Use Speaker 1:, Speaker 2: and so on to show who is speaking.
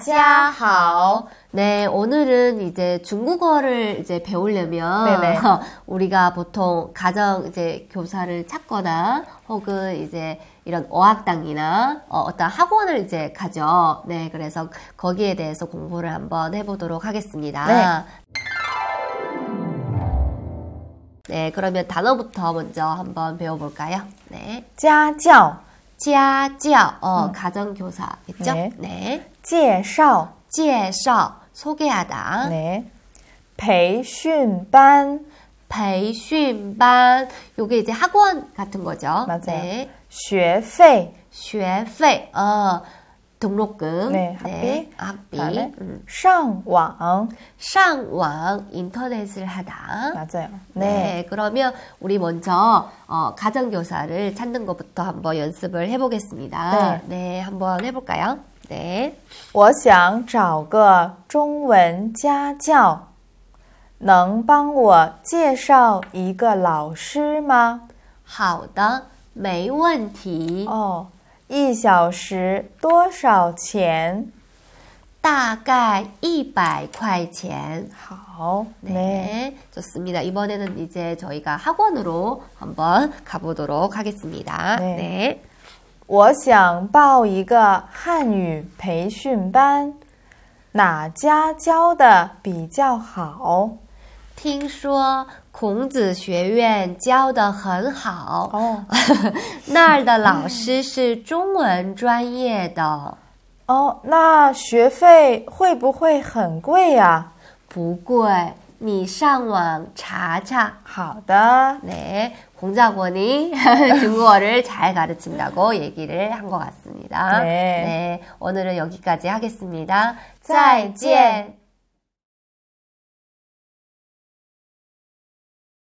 Speaker 1: 家好.
Speaker 2: 네, 오늘은 이제 중국어를 이제 배우려면
Speaker 1: 네네.
Speaker 2: 우리가 보통 가정 이제 교사를 찾거나 혹은 이제 이런 어학당이나 어, 어떤 학원을 이제 가죠. 네, 그래서 거기에 대해서 공부를 한번 해보도록 하겠습니다. 네, 그러면 단어부터 먼저 한번 배워볼까요? 네.
Speaker 1: 家教
Speaker 2: 家教, 어, 가정교사겠죠?
Speaker 1: 네.
Speaker 2: 네.
Speaker 1: 介绍
Speaker 2: 介绍, 소개하다.
Speaker 1: 네培训班
Speaker 2: 培训班, 요게 이제 학원 같은 거죠.
Speaker 1: 맞아요.
Speaker 2: 네.
Speaker 1: 学费
Speaker 2: 学费, 어, 등록금.
Speaker 1: 네, 학비.
Speaker 2: 학비.
Speaker 1: 다음에
Speaker 2: 음.
Speaker 1: 上网
Speaker 2: 嗯 상왕, 인터넷을 하다.
Speaker 1: 맞아요 네
Speaker 2: 네, 그러면 우리 먼저 어, 가정교사를 찾는 것부터 한번 연습을 해보겠습니다.
Speaker 1: 네.
Speaker 2: 네, 한번 해볼까요? 네.
Speaker 1: 我想找个中文家教，能帮我介绍一个老师吗？
Speaker 2: 好的，没问题。
Speaker 1: 哦，一小时多少钱？
Speaker 2: 大概一百块钱。
Speaker 1: 好，
Speaker 2: 네, 좋습니다. 이번에는 이제 저희가 학원으로 한번 가보도록 하겠습니다.
Speaker 1: 네.
Speaker 2: 네.
Speaker 1: 我想报一个汉语培训班，哪家教的比较好？
Speaker 2: 听说孔子学院教的很 好，
Speaker 1: 哦
Speaker 2: 那儿的老师是中文专业的。
Speaker 1: 哦，那学费会不会很贵啊呀、
Speaker 2: 不贵，你上网查查。
Speaker 1: 好的，
Speaker 2: 네, 공자권이 중국어를 잘 가르친다고 얘기를 한 것 같습니다.
Speaker 1: 네.
Speaker 2: 오늘은 여기까지 하겠습니다.
Speaker 1: 再见.